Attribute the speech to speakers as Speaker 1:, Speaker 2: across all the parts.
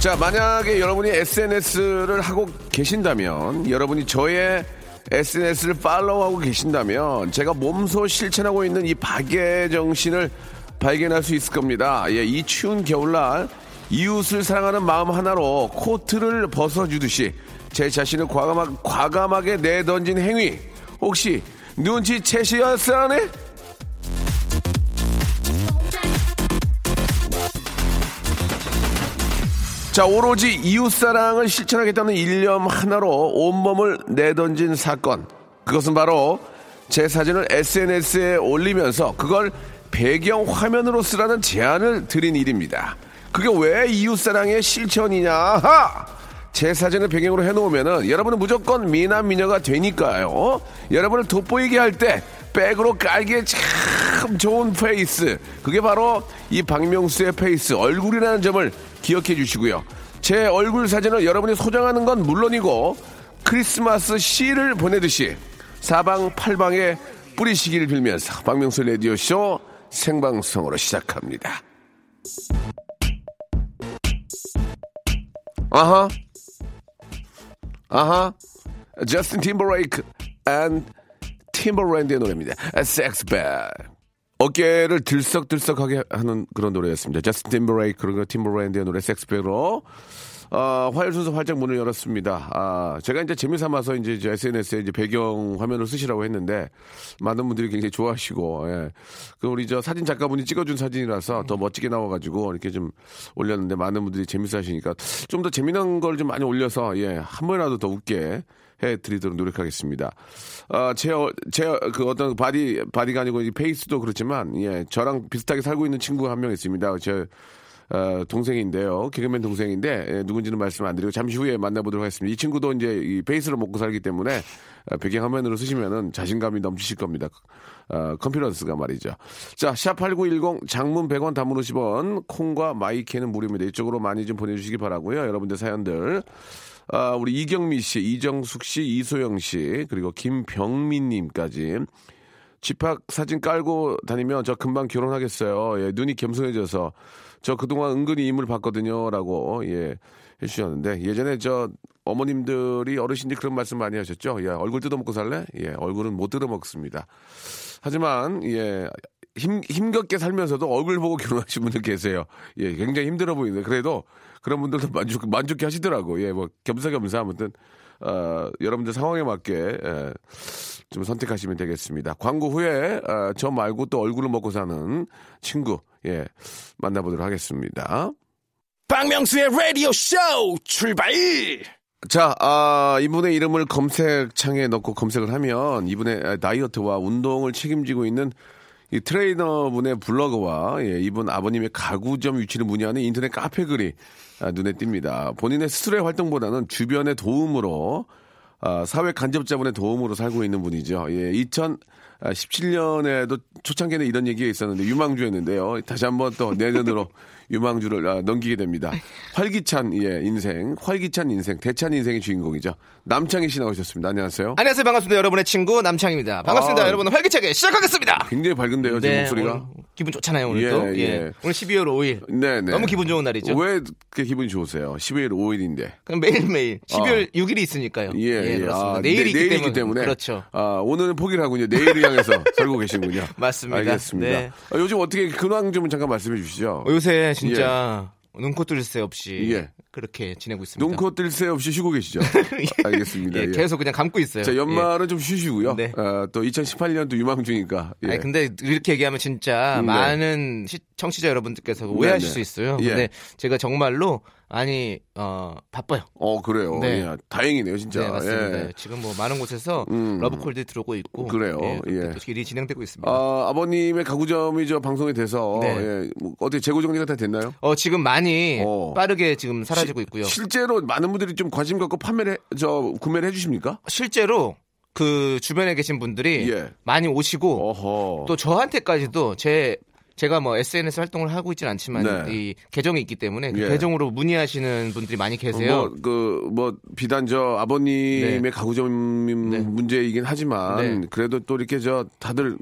Speaker 1: 자, 만약에 여러분이 SNS를 하고 계신다면, 여러분이 저의 SNS를 팔로우하고 계신다면, 제가 몸소 실천하고 있는 이 박애 정신을 발견할 수 있을 겁니다. 예, 이 추운 겨울날, 이웃을 사랑하는 마음 하나로 코트를 벗어주듯이 제 자신을 과감하, 과감하게 내던진 행위, 혹시 눈치 채시였으라네? 자, 오로지 이웃사랑을 실천하겠다는 일념 하나로 온몸을 내던진 사건. 그것은 바로 제 사진을 SNS에 올리면서 그걸 배경 화면으로 쓰라는 제안을 드린 일입니다. 그게 왜 이웃사랑의 실천이냐? 하! 제 사진을 배경으로 해놓으면은 여러분은 무조건 미남 미녀가 되니까요. 여러분을 돋보이게 할 때 백으로 깔기에 참 좋은 페이스. 그게 바로 이 박명수의 페이스 얼굴이라는 점을 기억해 주시고요. 제 얼굴 사진을 여러분이 소장하는 건 물론이고 크리스마스 씨를 보내듯이 사방 팔방에 뿌리시기를 빌면서 박명수 라디오 쇼 생방송으로 시작합니다. 아하. 아하. 저스틴 팀버레이크 앤 팀버랜드의 노래입니다. 섹스벨. 어깨를 들썩들썩하게 하는 그런 노래였습니다. 저스틴 팀버레이크 그리고 팀버랜드의 노래 섹스벨로 어, 화요일 순서 활짝 문을 열었습니다. 아, 제가 이제 재미삼아서 이제 저 SNS에 이제 배경 화면을 쓰시라고 했는데 많은 분들이 굉장히 좋아하시고 예. 그 우리 저 사진 작가분이 찍어준 사진이라서 더 멋지게 나와가지고 이렇게 좀 올렸는데 많은 분들이 재밌어하시니까 좀 더 재미난 걸 좀 많이 올려서 예한 번이라도 더 웃게 해드리도록 노력하겠습니다. 아, 제, 어- 제, 어, 그 어떤 바디, 바디가 아니고 이 페이스도 그렇지만, 예, 저랑 비슷하게 살고 있는 친구가 한 명 있습니다. 제, 어, 동생인데요. 개그맨 동생인데, 예, 누군지는 말씀 안 드리고, 잠시 후에 만나보도록 하겠습니다. 이 친구도 이제 이 페이스로 먹고 살기 때문에, 어, 배경화면으로 쓰시면은 자신감이 넘치실 겁니다. 어, 컨피런스가 말이죠. 자, 샵8910 장문 100원 단문 50원, 콩과 마이케는 무료입니다. 이쪽으로 많이 좀 보내주시기 바라고요 여러분들 사연들. 아, 우리 이경미 씨, 이정숙 씨, 이소영 씨, 그리고 김병민 님까지. 집합 사진 깔고 다니면 저 금방 결혼하겠어요. 예, 눈이 겸손해져서 저 그동안 은근히 임을 받거든요라고 예, 해주셨는데 예전에 저 어머님들이 어르신들 그런 말씀 많이 하셨죠. 예, 얼굴 뜯어먹고 살래? 예, 얼굴은 못 뜯어먹습니다. 하지만 예. 힘, 힘겹게 살면서도 얼굴 보고 결혼하신 분들 계세요. 예, 굉장히 힘들어 보이는데 그래도 그런 분들도 만족 만족해 하시더라고. 예, 뭐 겸사겸사 아무튼 어, 여러분들 상황에 맞게 예, 좀 선택하시면 되겠습니다. 광고 후에 아, 저 말고 또 얼굴을 먹고 사는 친구 예 만나보도록 하겠습니다.
Speaker 2: 박명수의 라디오 쇼 출발!
Speaker 1: 자, 아, 이분의 이름을 검색창에 넣고 검색을 하면 이분의 다이어트와 운동을 책임지고 있는 이 트레이너분의 블로그와 예, 이분 아버님의 가구점 위치를 문의하는 인터넷 카페 글이 아, 눈에 띕니다. 본인의 스스로의 활동보다는 주변의 도움으로 아, 사회 간접자분의 도움으로 살고 있는 분이죠. 예, 2017년에도 초창기에는 이런 얘기가 있었는데 유망주였는데요. 다시 한번 또 내년으로 유망주를 아, 넘기게 됩니다. 활기찬 예, 인생, 활기찬 인생, 대찬 인생의 주인공이죠. 남창희 씨 나오셨습니다. 안녕하세요.
Speaker 3: 안녕하세요 반갑습니다 여러분의 친구 남창입니다 반갑습니다
Speaker 1: 아.
Speaker 3: 여러분 활기차게 시작하겠습니다 네,
Speaker 1: 굉장히 밝은데요, 지금 목소리가.
Speaker 3: 오늘 기분 좋잖아요 오늘도
Speaker 1: 예,
Speaker 3: 예,
Speaker 1: 예.
Speaker 3: 오늘 12월 5일
Speaker 1: 네, 네.
Speaker 3: 너무 기분 좋은 날이죠
Speaker 1: 왜 그렇게 기분이 좋으세요? 12일 5일인데.
Speaker 3: 그럼 매일매일 12월 6일이 있으니까요
Speaker 1: 아. 예, 예.
Speaker 3: 그렇습니다
Speaker 1: 아,
Speaker 3: 내일이
Speaker 1: 내-
Speaker 3: 있기
Speaker 1: 내일이기
Speaker 3: 때문에. 그렇죠
Speaker 1: 아, 오늘은 포기를 하군요. 내일을 향해서 살고 계시군요.
Speaker 3: 맞습니다.
Speaker 1: 알겠습니다.
Speaker 3: 네.
Speaker 1: 아, 요즘 어떻게 근황 좀 잠깐 말씀해 주시죠.
Speaker 3: 어, 요새 진짜 눈코 뚫을 새 없이
Speaker 1: 예.
Speaker 3: 그렇게 지내고 있습니다
Speaker 1: 눈코 뜰 새 없이 쉬고 계시죠. 알겠습니다.
Speaker 3: 예,
Speaker 1: 예.
Speaker 3: 계속 그냥 감고 있어요
Speaker 1: 자,
Speaker 3: 예.
Speaker 1: 연말은 좀 쉬시고요.
Speaker 3: 네.
Speaker 1: 아, 또 2018년도 유망주니까. 예.
Speaker 3: 아니 근데 이렇게 얘기하면 진짜
Speaker 1: 음, 네.
Speaker 3: 많은 시- 청취자 여러분들께서 오해하실
Speaker 1: 네.
Speaker 3: 수 있어요.
Speaker 1: 예.
Speaker 3: 근데 제가 정말로 아니 어 바빠요.
Speaker 1: 어 그래요.
Speaker 3: 네.
Speaker 1: 예, 다행이네요 진짜.
Speaker 3: 네 맞습니다.
Speaker 1: 예.
Speaker 3: 지금 뭐 많은 곳에서
Speaker 1: 음.
Speaker 3: 러브콜드 들어오고 있고
Speaker 1: 그래요?
Speaker 3: 예,
Speaker 1: 예.
Speaker 3: 그렇게 일이 진행되고 있습니다.
Speaker 1: 아, 아버님의 가구점이 저 방송이 돼서
Speaker 3: 네.
Speaker 1: 예, 뭐 어떻게 재고 정리가 다 됐나요?
Speaker 3: 어 지금 많이
Speaker 1: 어.
Speaker 3: 빠르게 지금 사라지고 있고요.
Speaker 1: 실제로 많은 분들이 좀 관심 갖고 판매를 해- 저 구매를 해주십니까?
Speaker 3: 실제로 그 주변에 계신 분들이
Speaker 1: 예.
Speaker 3: 많이 오시고
Speaker 1: 어허.
Speaker 3: 또 저한테까지도 제 제가 뭐 SNS 활동을 하고 있진 않지만
Speaker 1: 네.
Speaker 3: 이 계정이 있기 때문에 그
Speaker 1: 예.
Speaker 3: 계정으로 문의하시는 분들이 많이 계세요.
Speaker 1: 뭐 그 뭐 비단 저 아버님의
Speaker 3: 네.
Speaker 1: 가구점
Speaker 3: 네.
Speaker 1: 문제이긴 하지만
Speaker 3: 네.
Speaker 1: 그래도 또 이렇게 저 다들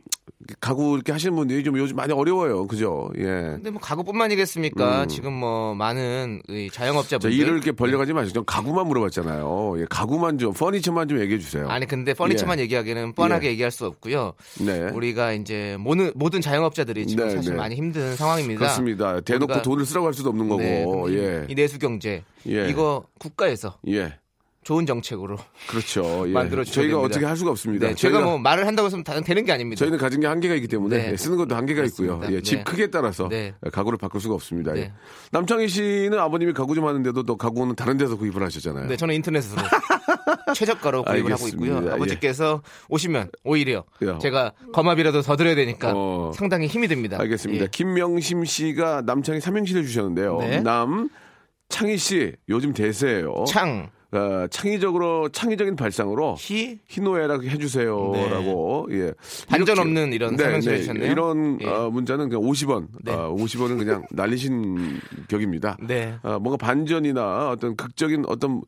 Speaker 1: 가구 이렇게 하시는 분들이 좀 요즘 많이 어려워요, 그죠? 예.
Speaker 3: 근데 뭐 가구뿐만이겠습니까? 지금 뭐 많은 이
Speaker 1: 자
Speaker 3: 자영업자분들
Speaker 1: 음. 일을 이렇게 벌려가지 마시고 좀 가구만 물어봤잖아요. 예, 가구만 좀 퍼니처만 좀 얘기해 주세요.
Speaker 3: 아니 근데 퍼니처만 얘기하기는
Speaker 1: 예.
Speaker 3: 뻔하게 얘기할 수 없고요.
Speaker 1: 네.
Speaker 3: 우리가 이제 모든 모든 자영업자들이 지금
Speaker 1: 네,
Speaker 3: 사실
Speaker 1: 네.
Speaker 3: 많이 힘든 상황입니다.
Speaker 1: 그렇습니다. 대놓고
Speaker 3: 우리가-
Speaker 1: 돈을 쓰라고 할 수도 없는 거고.
Speaker 3: 네, 근데
Speaker 1: 예.
Speaker 3: 이 내수 경제
Speaker 1: 예.
Speaker 3: 이거 국가에서
Speaker 1: 예.
Speaker 3: 좋은 정책으로
Speaker 1: 그렇죠. 예.
Speaker 3: 만들어주셔야
Speaker 1: 저희가
Speaker 3: 됩니다.
Speaker 1: 어떻게 할 수가 없습니다.
Speaker 3: 네, 제가
Speaker 1: 저희가-
Speaker 3: 뭐 말을 한다고 해서 다 되는 게 아닙니다.
Speaker 1: 저희는 가진 게 한계가 있기 때문에
Speaker 3: 네.
Speaker 1: 예, 쓰는 것도 한계가 있고요.
Speaker 3: 그렇습니다.
Speaker 1: 예, 집
Speaker 3: 네.
Speaker 1: 크기에 따라서
Speaker 3: 네.
Speaker 1: 가구를 바꿀 수가 없습니다. 예.
Speaker 3: 네.
Speaker 1: 남창희 씨는 아버님이 가구 좀 하는데도 또 가구는 다른 데서 구입을 하셨잖아요.
Speaker 3: 네, 저는 인터넷으로 최저가로 구입을 하고 있고요.
Speaker 1: 알겠습니다. 예.
Speaker 3: 아버지께서 오시면 오히려
Speaker 1: 야.
Speaker 3: 제가 거마비라도 더 드려야 되니까
Speaker 1: 어.
Speaker 3: 상당히 힘이 듭니다.
Speaker 1: 알겠습니다.
Speaker 3: 예.
Speaker 1: 김명심 씨가 남창희 삼행시를 주셨는데요.
Speaker 3: 네.
Speaker 1: 남 창희 씨 요즘 대세예요.
Speaker 3: 창,
Speaker 1: 어, 창의적으로 창의적인 발상으로
Speaker 3: 히,
Speaker 1: 희노애락 해주세요라고 예
Speaker 3: 네. 반전
Speaker 1: 이렇게-
Speaker 3: 없는 이런 설명서 해주셨네요.
Speaker 1: 이런
Speaker 3: 예.
Speaker 1: 어, 문자는 그냥 50원
Speaker 3: 네.
Speaker 1: 어, 50원은 그냥 날리신 격입니다.
Speaker 3: 네.
Speaker 1: 어, 뭔가 반전이나 어떤 극적인 어떤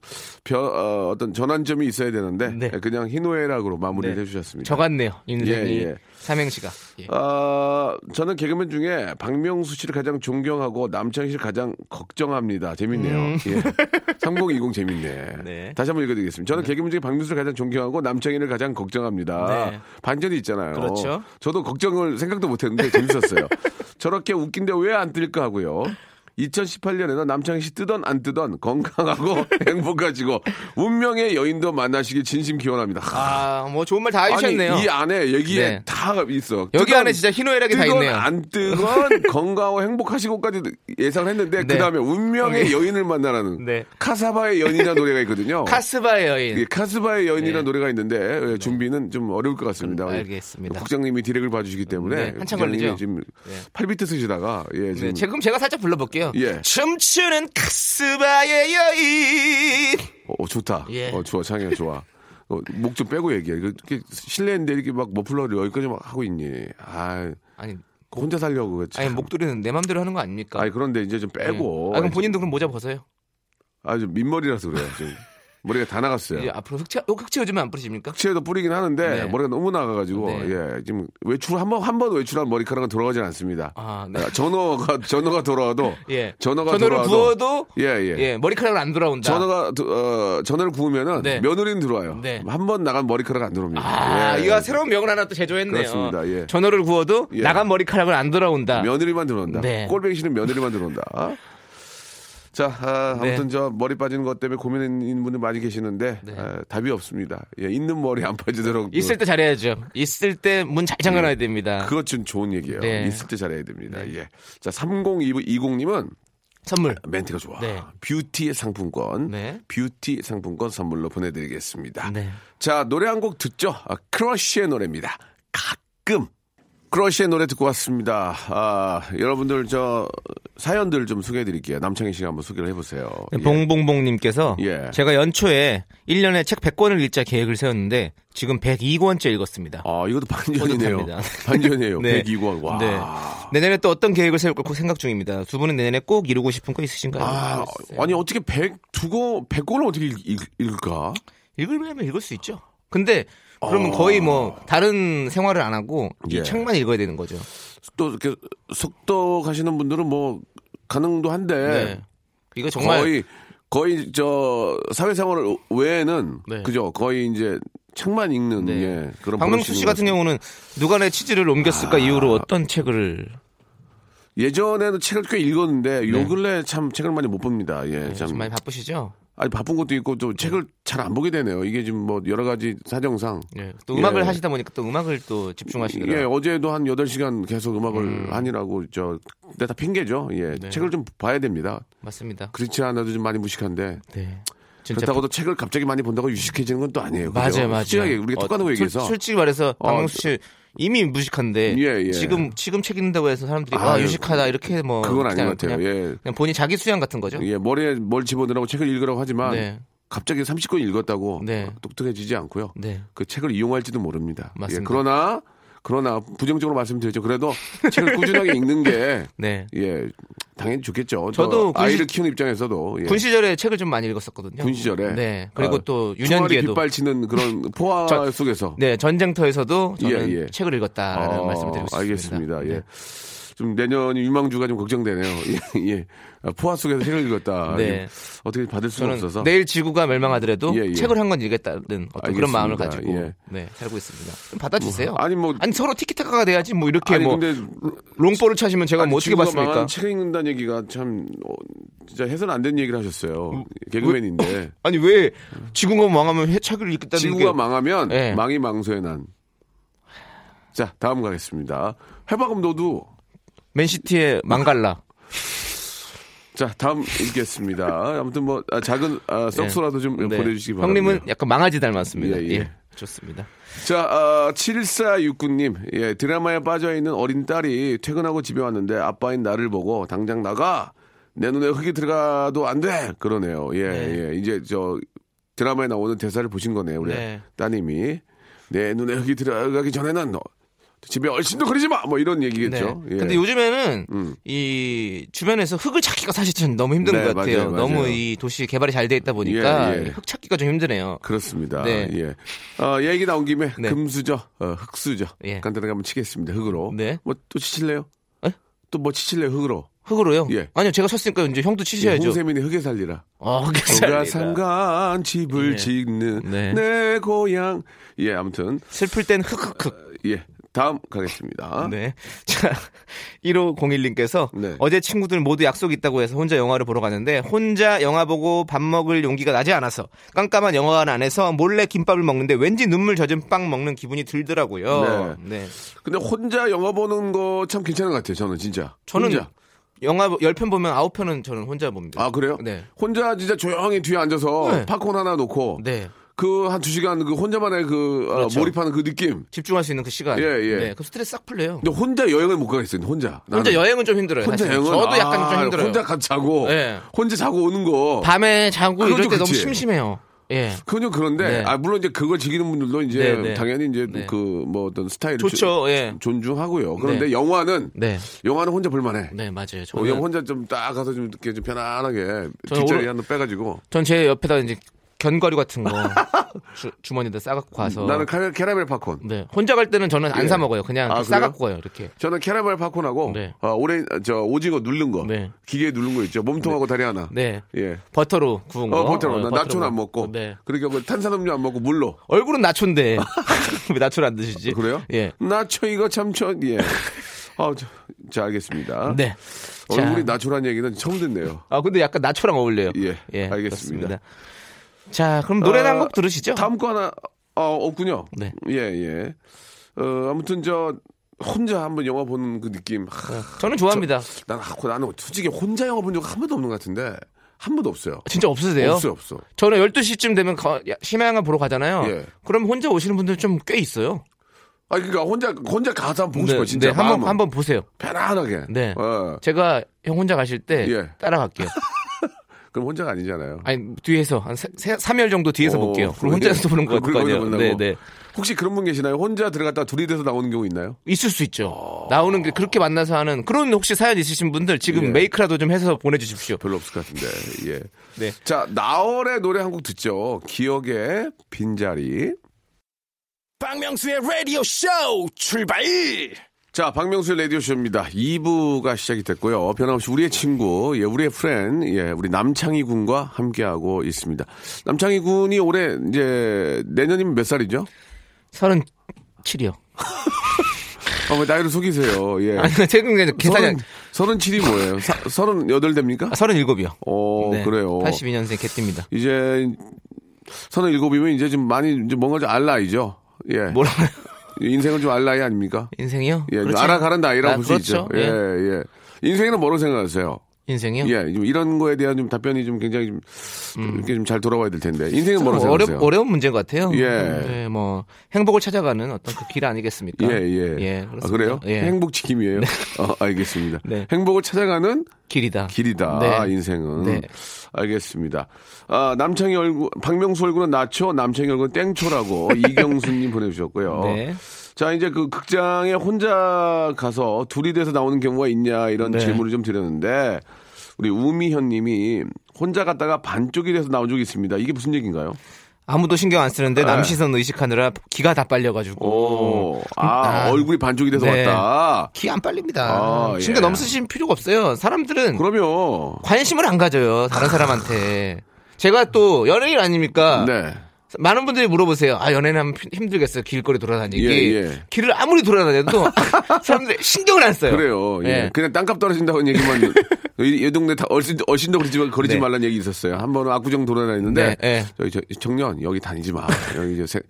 Speaker 1: 변, 어, 어떤 전환점이 있어야 되는데
Speaker 3: 네.
Speaker 1: 예, 그냥 희노애락으로 마무리를
Speaker 3: 네.
Speaker 1: 해주셨습니다.
Speaker 3: 저 같네요. 인생이
Speaker 1: 예, 예.
Speaker 3: 삼행시가. 예.
Speaker 1: 어, 저는 개그맨 중에 박명수 씨를 가장 존경하고 남창희 씨를 가장 걱정합니다. 재밌네요. 예. 3020 재밌네.
Speaker 3: 음. 네.
Speaker 1: 다시 한번 읽어드리겠습니다. 저는 개그맨 중에 박명수를 가장 존경하고 남창희를 가장 걱정합니다.
Speaker 3: 네.
Speaker 1: 반전이 있잖아요.
Speaker 3: 그렇죠.
Speaker 1: 저도 걱정을 생각도 못했는데 재밌었어요. 저렇게 웃긴데 왜 안 뜰까 하고요. 2018년에는 남창희 씨 뜨던 안 뜨던 건강하고 행복하시고 운명의 여인도 만나시길 진심 기원합니다.
Speaker 3: 아, 뭐 좋은 말 다
Speaker 1: 아니
Speaker 3: 해주셨네요.
Speaker 1: 이 안에 여기에
Speaker 3: 네.
Speaker 1: 다 있어.
Speaker 3: 여기
Speaker 1: 뜨거운-
Speaker 3: 안에 진짜 희노애락이 다
Speaker 1: 뜨건
Speaker 3: 있네요.
Speaker 1: 안 뜨건 건강하고 행복하시고까지 예상했는데 을
Speaker 3: 네.
Speaker 1: 그다음에 운명의 여인을 만나라는
Speaker 3: 네.
Speaker 1: 카사바의 여인이라는 노래가 있거든요.
Speaker 3: 카스바의 여인.
Speaker 1: 어. 예, 카스바의 여인이라는
Speaker 3: 네.
Speaker 1: 노래가 있는데 예, 준비는 좀 어려울 것 같습니다. 예,
Speaker 3: 음, 알겠습니다.
Speaker 1: 국장님이 디렉을 봐주시기 때문에
Speaker 3: 네, 한참
Speaker 1: 국장님이
Speaker 3: 걸리죠?
Speaker 1: 지금
Speaker 3: 네.
Speaker 1: 팔비트 쓰시다가 예, 지금
Speaker 3: 네, 지금 제가 살짝 불러볼게요.
Speaker 1: 예.
Speaker 3: 춤추는 카스바의 여인.
Speaker 1: 어, 좋다.
Speaker 3: 예.
Speaker 1: 어, 좋아, 창이야, 좋아. 어, 목 좀 빼고 얘기해. 이렇게 실내인데 이렇게 막 머플러를 여기까지 막 하고 있니? 아,
Speaker 3: 아니,
Speaker 1: 혼자 살려고 그
Speaker 3: 아니 목도리는 내 맘대로 하는 거 아닙니까?
Speaker 1: 아니 그런데 이제 좀 빼고
Speaker 3: 예. 아, 그럼 본인도 그럼 모자 벗어요.
Speaker 1: 아주 민머리라서 그래요. 지금 머리가 다 나갔어요.
Speaker 3: 이제 앞으로 흑채, 어, 흑채 요즘에 안 뿌리십니까?
Speaker 1: 치에도 뿌리긴 하는데
Speaker 3: 네.
Speaker 1: 머리가 너무 나가가지고
Speaker 3: 네.
Speaker 1: 예 지금 외출 한번 한 번 외출한 머리카락은 돌아가진 않습니다.
Speaker 3: 아, 네.
Speaker 1: 아, 전어가 전어가 돌아와도
Speaker 3: 예.
Speaker 1: 네. 전어가
Speaker 3: 전어를
Speaker 1: 돌아와도
Speaker 3: 부어도
Speaker 1: 예 예.
Speaker 3: 예, 머리카락은 안 돌아온다.
Speaker 1: 전어가 두- 어 전어를 구우면은
Speaker 3: 네.
Speaker 1: 며느리는 들어와요.
Speaker 3: 네.
Speaker 1: 한 번 나간 머리카락 안 들어옵니다.
Speaker 3: 아,
Speaker 1: 예.
Speaker 3: 이거 새로운 명을 하나 또 제조했네요.
Speaker 1: 그렇습니다, 예.
Speaker 3: 전어를 구워도
Speaker 1: 예.
Speaker 3: 나간 머리카락은 안 돌아온다.
Speaker 1: 며느리만 들어온다.
Speaker 3: 네.
Speaker 1: 꼴뱅이 씨는 며느리만 들어온다. 아? 자, 아,
Speaker 3: 네.
Speaker 1: 아무튼 저 머리 빠지는 것 때문에 고민인 분들 많이 계시는데
Speaker 3: 네.
Speaker 1: 아, 답이 없습니다. 예, 있는 머리 안 빠지도록
Speaker 3: 있을 때 잘해야죠. 있을 때 문 잘 잠가놔야 됩니다.
Speaker 1: 예. 그것 좀 좋은 얘기예요.
Speaker 3: 네.
Speaker 1: 있을 때 잘해야 됩니다.
Speaker 3: 네.
Speaker 1: 예. 자, 30220님은
Speaker 3: 선물.
Speaker 1: 멘트가 좋아.
Speaker 3: 네.
Speaker 1: 뷰티의 상품권.
Speaker 3: 네.
Speaker 1: 뷰티 상품권 선물로 보내드리겠습니다.
Speaker 3: 네.
Speaker 1: 자, 노래 한 곡 듣죠. 아, 크러쉬의 노래입니다. 가끔. 크러쉬의 노래 듣고 왔습니다. 아, 여러분들 저 사연들 좀 소개해 드릴게요. 남창희 씨가 한번 소개를 해보세요.
Speaker 3: 네,
Speaker 1: 예.
Speaker 3: 봉봉봉님께서
Speaker 1: 예.
Speaker 3: 제가 연초에 1년에 책 100권을 읽자 계획을 세웠는데 지금 102권째 읽었습니다.
Speaker 1: 아, 이것도 반전이네요.
Speaker 3: 뿌듯합니다.
Speaker 1: 반전이에요.
Speaker 3: 네.
Speaker 1: 102권. 와.
Speaker 3: 네. 내년에 또 어떤 계획을 세울까 꼭 생각 중입니다. 두 분은 내년에 꼭 이루고 싶은 거 있으신가요?
Speaker 1: 아, 아니 어떻게 102권, 100권을 어떻게 읽, 읽, 읽을까?
Speaker 3: 읽으려면 읽을 수 있죠. 근데 그러면 거의 뭐 다른 생활을 안 하고
Speaker 1: 어. 예.
Speaker 3: 이 책만 읽어야 되는 거죠.
Speaker 1: 또 이렇게 속도 가시는 분들은 뭐 가능도 한데
Speaker 3: 네. 이거 정말
Speaker 1: 거의 거의 저 사회생활 외에는
Speaker 3: 네.
Speaker 1: 그죠 거의 이제 책만 읽는
Speaker 3: 네.
Speaker 1: 예, 그런
Speaker 3: 박명수 씨 같은 경우는 누가 내 치즈를
Speaker 1: 아.
Speaker 3: 옮겼을까 이후로 어떤 책을 네.
Speaker 1: 예전에는 책을 꽤 읽었는데 요 근래 참 책을 많이 못 봅니다. 예, 참
Speaker 3: 좀 많이 바쁘시죠?
Speaker 1: 아니 바쁜 것도 있고
Speaker 3: 네.
Speaker 1: 좀 책을 잘 안 보게 되네요. 이게 지금 뭐 여러 가지 사정상.
Speaker 3: 예, 또 음악을
Speaker 1: 예.
Speaker 3: 하시다 보니까 또 음악을 또 집중하시더라고요.
Speaker 1: 예, 어제도 한 8시간 계속 음악을 하느라고 저 근데 다 핑계죠. 예.
Speaker 3: 네.
Speaker 1: 책을 좀 봐야 됩니다.
Speaker 3: 맞습니다.
Speaker 1: 그렇지 않아도 좀 많이 무식한데
Speaker 3: 네. 진짜
Speaker 1: 그렇다고 또 책을 갑자기 많이 본다고 유식해지는 건 또 아니에요. 그죠?
Speaker 3: 맞아요, 맞아요.
Speaker 1: 솔직하게 우리가
Speaker 3: 어,
Speaker 1: 똑같은
Speaker 3: 솔-
Speaker 1: 얘기해서
Speaker 3: 솔직히 말해서
Speaker 1: 어,
Speaker 3: 박명수 씨 이미 무식한데
Speaker 1: 예, 예.
Speaker 3: 지금 지금 책 읽는다고 해서 사람들이 아,
Speaker 1: 아유,
Speaker 3: 유식하다 이렇게 뭐
Speaker 1: 그건 아닌
Speaker 3: 그냥-
Speaker 1: 것 같아요.
Speaker 3: 그냥,
Speaker 1: 예.
Speaker 3: 그냥 본인 자기 수양 같은 거죠.
Speaker 1: 예, 머리에 뭘 집어넣으라고 책을 읽으라고 하지만
Speaker 3: 네.
Speaker 1: 갑자기 30권 읽었다고
Speaker 3: 네.
Speaker 1: 똑똑해지지 않고요.
Speaker 3: 네.
Speaker 1: 그 책을 이용할지도 모릅니다. 예,
Speaker 3: 맞습니다.
Speaker 1: 그러나 그러나 부정적으로 말씀드렸죠. 그래도 책을 꾸준하게 읽는 게
Speaker 3: 네.
Speaker 1: 예, 당연히 좋겠죠.
Speaker 3: 저도
Speaker 1: 또 아이를
Speaker 3: 군 시-
Speaker 1: 키우는 입장에서도 예.
Speaker 3: 군 시절에 책을 좀 많이 읽었었거든요.
Speaker 1: 군 시절에
Speaker 3: 네. 그리고
Speaker 1: 아,
Speaker 3: 또
Speaker 1: 총알이
Speaker 3: 유년기에도
Speaker 1: 빗발치는 그런 포화
Speaker 3: 저-
Speaker 1: 속에서
Speaker 3: 네 전쟁터에서도 저는
Speaker 1: 예, 예.
Speaker 3: 책을 읽었다라는
Speaker 1: 아,
Speaker 3: 말씀을 드리고 싶습니다.
Speaker 1: 알겠습니다. 예.
Speaker 3: 네.
Speaker 1: 좀 내년 유망주가 좀 걱정되네요. 예, 예. 아, 포화 속에서 책을 읽었다.
Speaker 3: 네.
Speaker 1: 예. 어떻게 받을 수는
Speaker 3: 저는 네,
Speaker 1: 없어서.
Speaker 3: 내일 지구가 멸망하더라도
Speaker 1: 예, 예.
Speaker 3: 책을 한 권 읽겠다는 어떤 그런 마음을
Speaker 1: 알겠습니다.
Speaker 3: 가지고
Speaker 1: 예.
Speaker 3: 네, 살고 있습니다. 좀 받아주세요.
Speaker 1: 아니 뭐
Speaker 3: 아니 서로 티키타카가 돼야지 뭐 이렇게
Speaker 1: 아니,
Speaker 3: 뭐
Speaker 1: 근데
Speaker 3: 롱볼을 차시면 제가 뭐 어떻게
Speaker 1: 지구가
Speaker 3: 봤습니까?
Speaker 1: 망한 책을 읽는다는 얘기가 참 어, 진짜 해서는 안 되는 얘기를 하셨어요.
Speaker 3: 음,
Speaker 1: 개그맨인데
Speaker 3: 아니 왜 지구가 망하면 해차기를 읽겠다는
Speaker 1: 지구가
Speaker 3: 게-
Speaker 1: 망하면
Speaker 3: 예.
Speaker 1: 망이 망소의 난. 자 다음 가겠습니다. 해박음 너도
Speaker 3: 맨시티의 망갈라.
Speaker 1: 자 다음 읽겠습니다. 아무튼 뭐 아, 작은 아, 썩소라도 좀
Speaker 3: 네.
Speaker 1: 보내주시기 바랍니다.
Speaker 3: 형님은 약간 망아지 닮았습니다.
Speaker 1: 예,
Speaker 3: 예,
Speaker 1: 예.
Speaker 3: 좋습니다.
Speaker 1: 자, 아, 7469님. 예, 드라마에 빠져있는 어린 딸이 퇴근하고 집에 왔는데 아빠인 나를 보고 당장 나가! 내 눈에 흙이 들어가도 안 돼! 그러네요. 예,
Speaker 3: 네.
Speaker 1: 예. 이제 저 드라마에 나오는 대사를 보신 거네요, 우리
Speaker 3: 네.
Speaker 1: 따님이. 내 눈에 흙이 들어가기 전에는 너 집에 얼씬도 그러지 마! 뭐 이런
Speaker 3: 네.
Speaker 1: 얘기겠죠. 예.
Speaker 3: 근데 요즘에는
Speaker 1: 음.
Speaker 3: 이 주변에서 흙을 찾기가 사실 좀 너무 힘든
Speaker 1: 네,
Speaker 3: 것 같아요.
Speaker 1: 맞아요, 맞아요.
Speaker 3: 너무 이 도시 개발이 잘 돼 있다 보니까
Speaker 1: 예, 예.
Speaker 3: 흙 찾기가 좀 힘드네요.
Speaker 1: 그렇습니다.
Speaker 3: 네.
Speaker 1: 예. 어, 얘기 나온 김에
Speaker 3: 네.
Speaker 1: 금수저, 어, 흙수저.
Speaker 3: 예.
Speaker 1: 간단하게 한번 치겠습니다. 흙으로.
Speaker 3: 네.
Speaker 1: 뭐 또 치실래요?
Speaker 3: 에?
Speaker 1: 또 뭐 치실래요? 흙으로.
Speaker 3: 흙으로요?
Speaker 1: 예.
Speaker 3: 아니요, 제가 쳤으니까 이제 형도 치셔야죠.
Speaker 1: 홍세민의 흙에 살리라.
Speaker 3: 아, 그게
Speaker 1: 누가
Speaker 3: 잘이다.
Speaker 1: 산간 집을
Speaker 3: 예.
Speaker 1: 짓는
Speaker 3: 네.
Speaker 1: 내 고향. 예, 아무튼
Speaker 3: 슬플 땐 흑흑흑.
Speaker 1: 예 다음 가겠습니다.
Speaker 3: 네. 자, 1501님께서
Speaker 1: 아. 네.
Speaker 3: 어제 친구들 모두 약속이 있다고 해서 혼자 영화를 보러 갔는데 혼자 영화 보고 밥 먹을 용기가 나지 않아서 깜깜한 영화관 안에서 몰래 김밥을 먹는데 왠지 눈물 젖은 빵 먹는 기분이 들더라고요. 네.
Speaker 1: 근데 혼자 영화 보는 거 참 괜찮은 것 같아요. 저는 진짜.
Speaker 3: 저는
Speaker 1: 혼자.
Speaker 3: 영화 10편 보면 9편은 저는 혼자 봅니다.
Speaker 1: 아 그래요?
Speaker 3: 네.
Speaker 1: 혼자 진짜 조용히 뒤에 앉아서
Speaker 3: 네.
Speaker 1: 팝콘 하나 놓고
Speaker 3: 네.
Speaker 1: 그 한 두 시간 그 혼자만의 그 아,
Speaker 3: 그렇죠.
Speaker 1: 몰입하는 그 느낌.
Speaker 3: 집중할 수 있는 그 시간.
Speaker 1: 예, 예.
Speaker 3: 네. 그 스트레스 싹 풀려요.
Speaker 1: 근데 혼자 여행을 못 가겠어요. 혼자.
Speaker 3: 혼자
Speaker 1: 나는.
Speaker 3: 여행은 좀 힘들어요.
Speaker 1: 혼자
Speaker 3: 사실.
Speaker 1: 여행은
Speaker 3: 저도 약간
Speaker 1: 아,
Speaker 3: 좀 힘들어요.
Speaker 1: 혼자 가 자고
Speaker 3: 예.
Speaker 1: 혼자 자고 오는 거.
Speaker 3: 밤에 자고 이럴 때
Speaker 1: 그건 좀
Speaker 3: 너무
Speaker 1: 그치.
Speaker 3: 심심해요. 예.
Speaker 1: 그건 좀 그런데
Speaker 3: 네.
Speaker 1: 아 물론 이제 그걸 즐기는 분들도 이제
Speaker 3: 네, 네.
Speaker 1: 당연히 이제
Speaker 3: 네.
Speaker 1: 그 뭐 어떤 스타일을
Speaker 3: 좋죠. 예.
Speaker 1: 존- 존중하고요. 그런데
Speaker 3: 네.
Speaker 1: 영화는
Speaker 3: 네.
Speaker 1: 영화는 혼자 볼만해.
Speaker 3: 네, 맞아요.
Speaker 1: 어,
Speaker 3: 저는
Speaker 1: 영화 혼자 좀 딱 가서 좀 이렇게 좀 편안하게
Speaker 3: 저는
Speaker 1: 뒷자리
Speaker 3: 오른-
Speaker 1: 하나 빼가지고
Speaker 3: 전 제 옆에다 이제 견과류 같은 거 주, 머니에다 싸갖고 와서
Speaker 1: 나는 카라- 캐러멜 팝콘.
Speaker 3: 네 혼자 갈 때는 저는 안
Speaker 1: 예.
Speaker 3: 사 먹어요 그냥
Speaker 1: 아,
Speaker 3: 이렇게
Speaker 1: 그래요?
Speaker 3: 싸갖고 가요 이렇게
Speaker 1: 저는 캐러멜 팝콘하고
Speaker 3: 네.
Speaker 1: 어, 오레 저 오징어 누른 거
Speaker 3: 네.
Speaker 1: 기계에 누른 거 있죠. 몸통하고 다리 하나.
Speaker 3: 네
Speaker 1: 예.
Speaker 3: 버터로 구운 거
Speaker 1: 어, 버터로. 나 나초는
Speaker 3: 버터로.
Speaker 1: 안 먹고.
Speaker 3: 네
Speaker 1: 그러니까 그 탄산음료 안 먹고 물로.
Speaker 3: 얼굴은 나초인데 왜 나초를 안 드시지
Speaker 1: 그래요?
Speaker 3: 예
Speaker 1: 나초 이거 참초. 예. 아, 저, 자, 알겠습니다.
Speaker 3: 네. 자.
Speaker 1: 아? 얼굴이 나초란 얘기는 처음 듣네요.
Speaker 3: 아 근데 약간 나초랑 어울려요.
Speaker 1: 예, 알겠습니다.
Speaker 3: 그렇습니다. 자 그럼 노래 한
Speaker 1: 아,
Speaker 3: 곡 들으시죠.
Speaker 1: 다음 거 하나 아, 없군요.
Speaker 3: 네.
Speaker 1: 예, 예. 어, 아무튼 저 혼자 한번 영화 보는 그 느낌. 하,
Speaker 3: 저는 좋아합니다.
Speaker 1: 난 하고 나는 솔직히 혼자 영화 본 적 한 번도 없는 것 같은데 한 번도 없어요.
Speaker 3: 진짜 없으세요?
Speaker 1: 없어 없어.
Speaker 3: 저는 12시쯤 되면 거- 야- 심야영화 보러 가잖아요.
Speaker 1: 예.
Speaker 3: 그럼 혼자 오시는 분들 좀 꽤 있어요.
Speaker 1: 아 그러니까 혼자 혼자 가서 한번 보고
Speaker 3: 네,
Speaker 1: 싶어 진짜
Speaker 3: 네, 한번
Speaker 1: 마음은.
Speaker 3: 한번 보세요.
Speaker 1: 편안하게.
Speaker 3: 네.
Speaker 1: 어,
Speaker 3: 제가 형 혼자 가실 때
Speaker 1: 예.
Speaker 3: 따라갈게요.
Speaker 1: 그럼 혼자가 아니잖아요.
Speaker 3: 아니 뒤에서 한 3열 정도 뒤에서
Speaker 1: 어,
Speaker 3: 볼게요.
Speaker 1: 그러게.
Speaker 3: 그럼 혼자서 보는 거
Speaker 1: 그걸 혼자
Speaker 3: 같거든요. 네,
Speaker 1: 본다고?
Speaker 3: 네.
Speaker 1: 혹시 그런 분 계시나요? 혼자 들어갔다 둘이 돼서 나오는 경우 있나요?
Speaker 3: 있을 수 있죠. 나오는 게 그렇게 만나서 하는 그런 혹시 사연 있으신 분들 지금
Speaker 1: 아. 예.
Speaker 3: 메이크라도 좀 해서 보내주십시오.
Speaker 1: 별로 없을 것 같은데. 예.
Speaker 3: 네.
Speaker 1: 자 나얼의 노래 한 곡 듣죠. 기억의 빈자리.
Speaker 2: 박명수의 라디오 쇼 출발!
Speaker 1: 자, 박명수의 라디오쇼입니다. 2부가 시작이 됐고요. 변함없이 우리의 친구, 예, 우리의 프렌, 예, 우리 남창희 군과 함께하고 있습니다. 남창희 군이 올해, 이제, 내년이면 몇 살이죠?
Speaker 3: 37이요.
Speaker 1: 아, 왜 나이를 속이세요? 예.
Speaker 3: 아니, 그 최근에 계산이 안-
Speaker 1: 서른- 37이 뭐예요? 사, 38 됩니까?
Speaker 3: 아, 37이요.
Speaker 1: 어,
Speaker 3: 네,
Speaker 1: 그래요.
Speaker 3: 82년생 개띠입니다.
Speaker 1: 이제 37이면 이제 좀 많이 이제 뭔가 좀 알 나이죠. 예.
Speaker 3: 뭐라고요?
Speaker 1: 인생을 좀 알 나이 아닙니까?
Speaker 3: 인생이요?
Speaker 1: 예, 좀
Speaker 3: 그렇지.
Speaker 1: 알아가는 나이라고
Speaker 3: 아,
Speaker 1: 볼 수
Speaker 3: 그렇죠.
Speaker 1: 있죠. 예, 예. 인생에는 뭐라고 생각하세요?
Speaker 3: 인생이요?
Speaker 1: 예, 좀 이런 거에 대한 좀 답변이 좀 굉장히 좀 이렇게 좀 잘 돌아와야 될 텐데. 인생은 뭐라고
Speaker 3: 음. 어려,
Speaker 1: 생각하세요?
Speaker 3: 어려운 문제인 것 같아요.
Speaker 1: 예.
Speaker 3: 네, 뭐 행복을 찾아가는 어떤 그 길 아니겠습니까?
Speaker 1: 예, 예.
Speaker 3: 그렇습니다.
Speaker 1: 아, 그래요?
Speaker 3: 예.
Speaker 1: 행복 지킴이에요? 어, 알겠습니다.
Speaker 3: 네.
Speaker 1: 행복을 찾아가는
Speaker 3: 길이다.
Speaker 1: 길이다,
Speaker 3: 네.
Speaker 1: 인생은.
Speaker 3: 네.
Speaker 1: 알겠습니다. 아, 남창희 얼굴, 박명수 얼굴은 나초, 남창희 얼굴은 땡초라고 이경수님 보내주셨고요.
Speaker 3: 네.
Speaker 1: 자, 이제 그 극장에 혼자 가서 둘이 돼서 나오는 경우가 있냐 이런
Speaker 3: 네.
Speaker 1: 질문을 좀 드렸는데, 우리 우미현 님이 혼자 갔다가 반쪽이 돼서 나온 적이 있습니다. 이게 무슨 얘기인가요?
Speaker 3: 아무도 신경 안 쓰는데
Speaker 1: 네.
Speaker 3: 남 시선 의식하느라 기가 다 빨려가지고
Speaker 1: 오, 아,
Speaker 3: 아.
Speaker 1: 얼굴이 반쪽이 돼서
Speaker 3: 네.
Speaker 1: 왔다.
Speaker 3: 기 안 빨립니다.
Speaker 1: 아,
Speaker 3: 신경
Speaker 1: 예.
Speaker 3: 너무 쓰실 필요가 없어요. 사람들은
Speaker 1: 그러면,
Speaker 3: 관심을 안 가져요. 다른
Speaker 1: 아.
Speaker 3: 사람한테. 제가 또 연예인 아닙니까?
Speaker 1: 네.
Speaker 3: 많은 분들이 물어보세요. 아 연예인하면 힘들겠어요. 길거리 돌아다니기.
Speaker 1: 예, 예.
Speaker 3: 길을 아무리 돌아다녀도 사람들이 신경을 안 써요.
Speaker 1: 그래요. 예.
Speaker 3: 예.
Speaker 1: 그냥 땅값 떨어진다는 얘기만 이- 이 동네 다 얼씬 얼씬도 그러지 거리지
Speaker 3: 네.
Speaker 1: 말라는 얘기 있었어요. 한 번은 압구정 돌아다니는데
Speaker 3: 네, 예.
Speaker 1: 저희 저, 청년 여기 다니지 마. 여기 이제 세-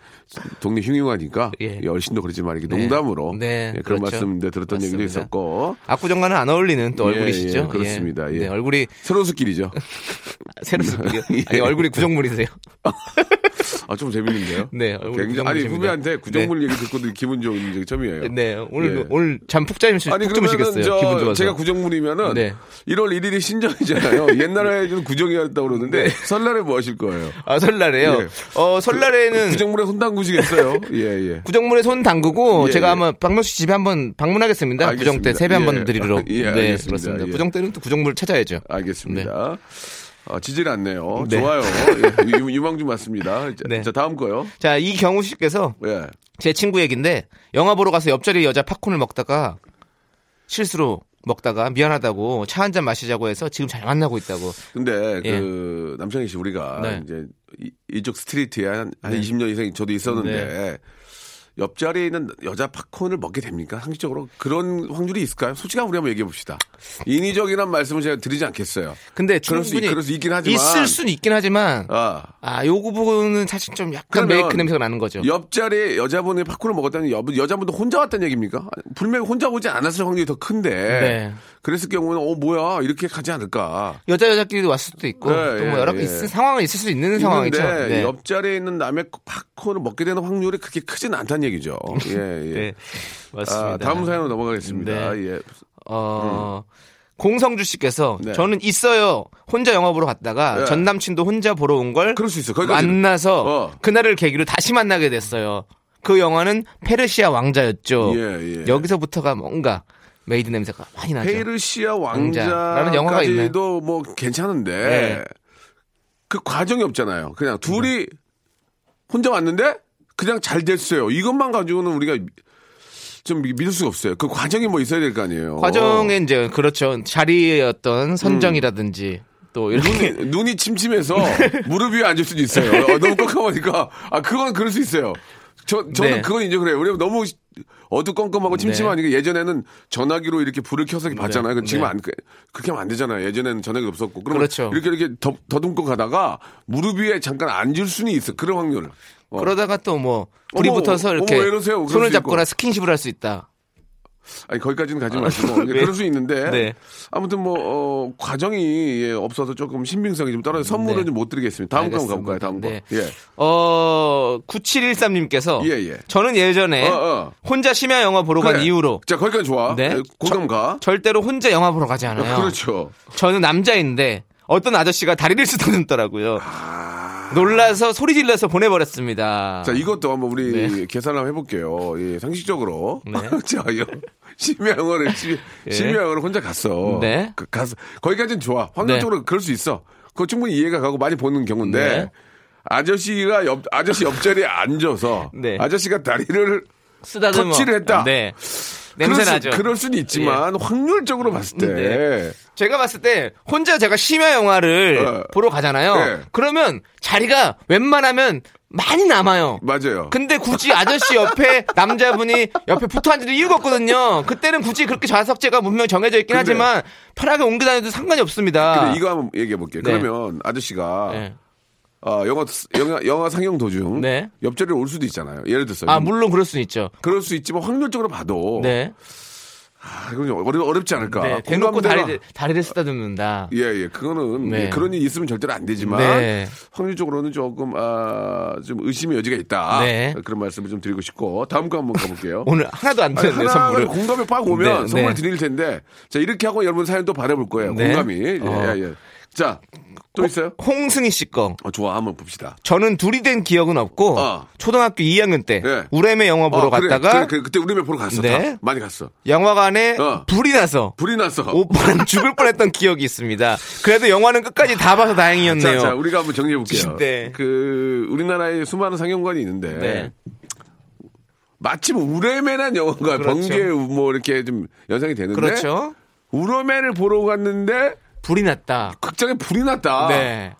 Speaker 1: 동네 흉흉하니까
Speaker 3: 예.
Speaker 1: 이 얼씬도 그러지 마. 이렇게
Speaker 3: 네.
Speaker 1: 농담으로
Speaker 3: 네,
Speaker 1: 예, 그런
Speaker 3: 그렇죠.
Speaker 1: 말씀 이제 들었던 얘기도
Speaker 3: 맞습니다.
Speaker 1: 있었고
Speaker 3: 압구정과는 안 어울리는 또
Speaker 1: 예,
Speaker 3: 얼굴이시죠?
Speaker 1: 예, 그렇습니다. 예.
Speaker 3: 네, 얼굴이
Speaker 1: 서로수길이죠.
Speaker 3: 새로 습기요. 아니, 얼굴이 구정물이세요.
Speaker 1: 아 좀 재밌는데요.
Speaker 3: 네, 얼굴이
Speaker 1: 굉장히- 아니
Speaker 3: 구정물이십니다.
Speaker 1: 후배한테 구정물 얘기 듣고도 기분 좋은 적이 처음이에요.
Speaker 3: 네, 오늘
Speaker 1: 예.
Speaker 3: 오늘 잠푹 자면서
Speaker 1: 아니
Speaker 3: 네, 푹 주무시겠어요.
Speaker 1: 그러면은 저
Speaker 3: 기분 좋아서.
Speaker 1: 제가 구정물이면은
Speaker 3: 네.
Speaker 1: 1월 1일이 신정이잖아요. 옛날에는 구정이었다고
Speaker 3: 네.
Speaker 1: 그러는데 설날에 뭐 하실 거예요?
Speaker 3: 아, 설날에요.
Speaker 1: 예.
Speaker 3: 어, 설날에는
Speaker 1: 구정물에 손 담그시겠어요? 예, 예.
Speaker 3: 구정물에 손 담그고
Speaker 1: 예,
Speaker 3: 제가
Speaker 1: 예.
Speaker 3: 한번 박명수 씨 집에 한번 방문하겠습니다.
Speaker 1: 알겠습니다.
Speaker 3: 구정 때 세배 한번
Speaker 1: 예.
Speaker 3: 드리러.
Speaker 1: 예,
Speaker 3: 네,
Speaker 1: 알겠습니다.
Speaker 3: 그렇습니다.
Speaker 1: 예.
Speaker 3: 구정 때는 또 구정물 찾아야죠.
Speaker 1: 알겠습니다. 아, 지질 않네요.
Speaker 3: 네.
Speaker 1: 좋아요. 예, 유- 유망 좀 맞습니다. 자,
Speaker 3: 네.
Speaker 1: 자, 다음 거요.
Speaker 3: 자, 이경우 씨께서
Speaker 1: 예.
Speaker 3: 제 친구 얘긴데 영화 보러 가서 옆자리 여자 팝콘을 먹다가 실수로 먹다가 미안하다고 차 한 잔 마시자고 해서 지금 잘 만나고 있다고.
Speaker 1: 근데 그 남창희 씨 우리가
Speaker 3: 예. 네.
Speaker 1: 이제 이- 이쪽 스트리트에 한, 한 20년 이상 저도 있었는데
Speaker 3: 네.
Speaker 1: 옆자리에 있는 여자 팝콘을 먹게 됩니까? 상식적으로 그런 확률이 있을까요? 솔직한 우리 한번 얘기해 봅시다. 인위적이란 말씀을 제가 드리지 않겠어요.
Speaker 3: 근데
Speaker 1: 그럴 수 있-
Speaker 3: 충분히
Speaker 1: 그럴 수 있긴 하지만.
Speaker 3: 있을 수는 있긴 하지만
Speaker 1: 아,
Speaker 3: 아, 요 부분은 사실 좀 약간
Speaker 1: 그러면 예.
Speaker 3: 메이크 냄새가 나는 거죠.
Speaker 1: 옆자리에 여자분이 팝콘을 먹었다는 여, 여자분도 혼자 왔다는 얘기입니까? 분명히 혼자 오지 않았을 확률이 더 큰데
Speaker 3: 네.
Speaker 1: 그랬을 경우는 어 뭐야 이렇게 가지 않을까
Speaker 3: 여자 여자끼리도 왔을 수도 있고
Speaker 1: 네,
Speaker 3: 또 뭐
Speaker 1: 예,
Speaker 3: 여러
Speaker 1: 예.
Speaker 3: 있을 상황은 있을 수 있는 상황이죠.
Speaker 1: 있는데
Speaker 3: 네.
Speaker 1: 옆자리에 있는 남의 팝콘을 먹게 되는 확률이 그렇게 크진 않다는 얘기죠 예, 예.
Speaker 3: 네. 맞습니다.
Speaker 1: 아, 다음 사연으로 넘어가겠습니다
Speaker 3: 네.
Speaker 1: 예.
Speaker 3: 어, 공성주 씨께서
Speaker 1: 네.
Speaker 3: 저는 있어요. 혼자 영화 보러 갔다가
Speaker 1: 네.
Speaker 3: 전 남친도 혼자 보러 온 걸
Speaker 1: 그럴 수 있어 거기까지
Speaker 3: 만나서
Speaker 1: 어.
Speaker 3: 그날을 계기로 다시 만나게 됐어요. 그 영화는 페르시아 왕자였죠.
Speaker 1: 예, 예.
Speaker 3: 여기서부터가 뭔가 메이드 냄새가 많이 나죠.
Speaker 1: 페르시아
Speaker 3: 왕자라는 영화가
Speaker 1: 왕자까지도 뭐 괜찮은데
Speaker 3: 네.
Speaker 1: 그 과정이 없잖아요. 그냥 둘이 혼자 왔는데 그냥 잘 됐어요. 이것만 가지고는 우리가 좀 미- 믿을 수가 없어요. 그 과정이 뭐 있어야 될 거 아니에요.
Speaker 3: 과정에
Speaker 1: 어.
Speaker 3: 이제 그렇죠. 자리의
Speaker 1: 음.
Speaker 3: 어떤 선정이라든지 또 이렇게
Speaker 1: 눈이, 눈이 침침해서 무릎 위에 앉을 수도 있어요.
Speaker 3: 네.
Speaker 1: 어, 너무 깜깜하니까 아 그건 그럴 수 있어요. 저 저는
Speaker 3: 네.
Speaker 1: 그건 인정을 해요. 왜냐면 너무 어두컴컴하고 침침하니까 예전에는 전화기로 이렇게 불을 켜서 이렇게 봤잖아요. 근데 지금
Speaker 3: 네.
Speaker 1: 안 그- 그렇게 하면 안 되잖아요. 예전에는 전화기 없었고 그러면
Speaker 3: 그렇죠.
Speaker 1: 이렇게 이렇게 더, 더듬고 가다가 무릎 위에 잠깐 앉을 수는 있어. 그런 확률. 어.
Speaker 3: 그러다가 또 뭐 불이
Speaker 1: 어머,
Speaker 3: 붙어서 이렇게
Speaker 1: 어머, 왜 이러세요? 그럴
Speaker 3: 손을
Speaker 1: 수 있고.
Speaker 3: 잡거나 스킨십을 할 수 있다.
Speaker 1: 아니 거기까지는 가지 마시고
Speaker 3: 네.
Speaker 1: 그럴 수 있는데
Speaker 3: 네.
Speaker 1: 아무튼 뭐 어, 과정이 예, 없어서 조금 신빙성이 좀 떨어져 선물은
Speaker 3: 네.
Speaker 1: 좀 못 드리겠습니다. 다음 거 한번 가볼까요? 다음 거.
Speaker 3: 네.
Speaker 1: 예.
Speaker 3: 어 9713님께서
Speaker 1: 예, 예.
Speaker 3: 저는 예전에
Speaker 1: 어, 어.
Speaker 3: 혼자 심야 영화 보러 간
Speaker 1: 그래.
Speaker 3: 이후로
Speaker 1: 자 거기까지 좋아.
Speaker 3: 네.
Speaker 1: 네. 고감 가.
Speaker 3: 절대로 혼자 영화 보러 가지 않아요.
Speaker 1: 그렇죠.
Speaker 3: 저는 남자인데 어떤 아저씨가 다리를 쓰다듬더라고요. 놀라서 소리 질러서 보내버렸습니다.
Speaker 1: 아. 자 이것도 한번 우리
Speaker 3: 네.
Speaker 1: 계산을 한번 해볼게요. 예, 상식적으로 자 여, 심야영어를 심- 심야영어를 혼자 갔어.
Speaker 3: 예. 네.
Speaker 1: 그, 가서 거기까지는 좋아. 확률적으로 그럴 수 있어. 그거 충분히 이해가 가고 많이 보는 경우인데
Speaker 3: 네.
Speaker 1: 아저씨가 옆 아저씨 옆자리에 앉아서
Speaker 3: 네.
Speaker 1: 아저씨가 다리를
Speaker 3: 쓰다듬어.
Speaker 1: 터치를 했다.
Speaker 3: 네.
Speaker 1: 그럴
Speaker 3: 냄새
Speaker 1: 수-
Speaker 3: 나죠. 예.
Speaker 1: 그럴 수는 있지만 확률적으로 봤을 때
Speaker 3: 네. 제가 봤을 때 혼자 제가 심야 영화를
Speaker 1: 어.
Speaker 3: 보러 가잖아요.
Speaker 1: 네.
Speaker 3: 그러면 자리가 웬만하면 많이 남아요.
Speaker 1: 맞아요.
Speaker 3: 그러니까. 근데 굳이 아저씨 옆에 남자분이 옆에 붙어 앉을 이유가 없거든요. 그때는 굳이 그렇게 좌석제가 분명 정해져 있긴
Speaker 1: 근데-
Speaker 3: 하지만 편하게 옮겨 다녀도 상관이 없습니다.
Speaker 1: 근데 이거 한번 얘기해 볼게요.
Speaker 3: 아. 네.
Speaker 1: 그러면 아저씨가
Speaker 3: 네.
Speaker 1: 어, 영화, 영화 영화 상영 도중
Speaker 3: 네.
Speaker 1: 옆자리를 올 수도 있잖아요. 어. 예를 들어서 뭐
Speaker 3: 아 물론 그럴 수는 있죠.
Speaker 1: 그럴 수 있지만 뭐 확률적으로 봐도
Speaker 3: 네.
Speaker 1: 아, 이건 어려, 어렵지 않을까.
Speaker 3: 네. 대놓고
Speaker 1: 공감대가-
Speaker 3: 다리를 다리를 쓰다듬는다.
Speaker 1: 예, 예, 그거는
Speaker 3: 네.
Speaker 1: 예, 그런 일이 있으면 절대로 안 되지만
Speaker 3: 네.
Speaker 1: 확률적으로는 조금 아, 좀 의심의 여지가 있다.
Speaker 3: 네.
Speaker 1: 그런 말씀을 좀 드리고 싶고 다음 거 한번 가볼게요.
Speaker 3: 오늘 하나도 안
Speaker 1: 아니,
Speaker 3: 되는데
Speaker 1: 하나를
Speaker 3: 선물을.
Speaker 1: 공감이 빡 오면
Speaker 3: 네,
Speaker 1: 선물
Speaker 3: 네.
Speaker 1: 드릴 텐데 자 이렇게 하고 여러분 사연 또 받아볼 거예요.
Speaker 3: 네.
Speaker 1: 공감이 예,
Speaker 3: 어.
Speaker 1: 예, 예. 자또 있어요?
Speaker 3: 홍승희 씨 거.
Speaker 1: 어, 좋아 한번 봅시다.
Speaker 3: 저는 둘이 된 기억은 없고
Speaker 1: 어.
Speaker 3: 초등학교 2학년 때
Speaker 1: 예.
Speaker 3: 우렘의 영화 보러
Speaker 1: 아, 그래,
Speaker 3: 갔다가
Speaker 1: 그래, 그래, 그때 우리네 보러 갔어.
Speaker 3: 네.
Speaker 1: 다. 많이 갔어.
Speaker 3: 영화관에
Speaker 1: 어.
Speaker 3: 불이 나서
Speaker 1: 불이 났어.
Speaker 3: 오빠는 죽을 뻔했던 기억이 있습니다. 그래도 영화는 끝까지 다 봐서
Speaker 1: 자,
Speaker 3: 다행이었네요.
Speaker 1: 자, 우리가 한번 정리해 볼게요.
Speaker 3: 네.
Speaker 1: 그 우리나라에 수많은 상영관이 있는데
Speaker 3: 네.
Speaker 1: 마침 우레메란 영화가
Speaker 3: 그렇죠.
Speaker 1: 번개 뭐 이렇게 좀 연상이 되는데
Speaker 3: 그렇죠.
Speaker 1: 우레메를 보러 갔는데
Speaker 3: 불이 났다.
Speaker 1: 극장에 불이 났다.
Speaker 3: 네.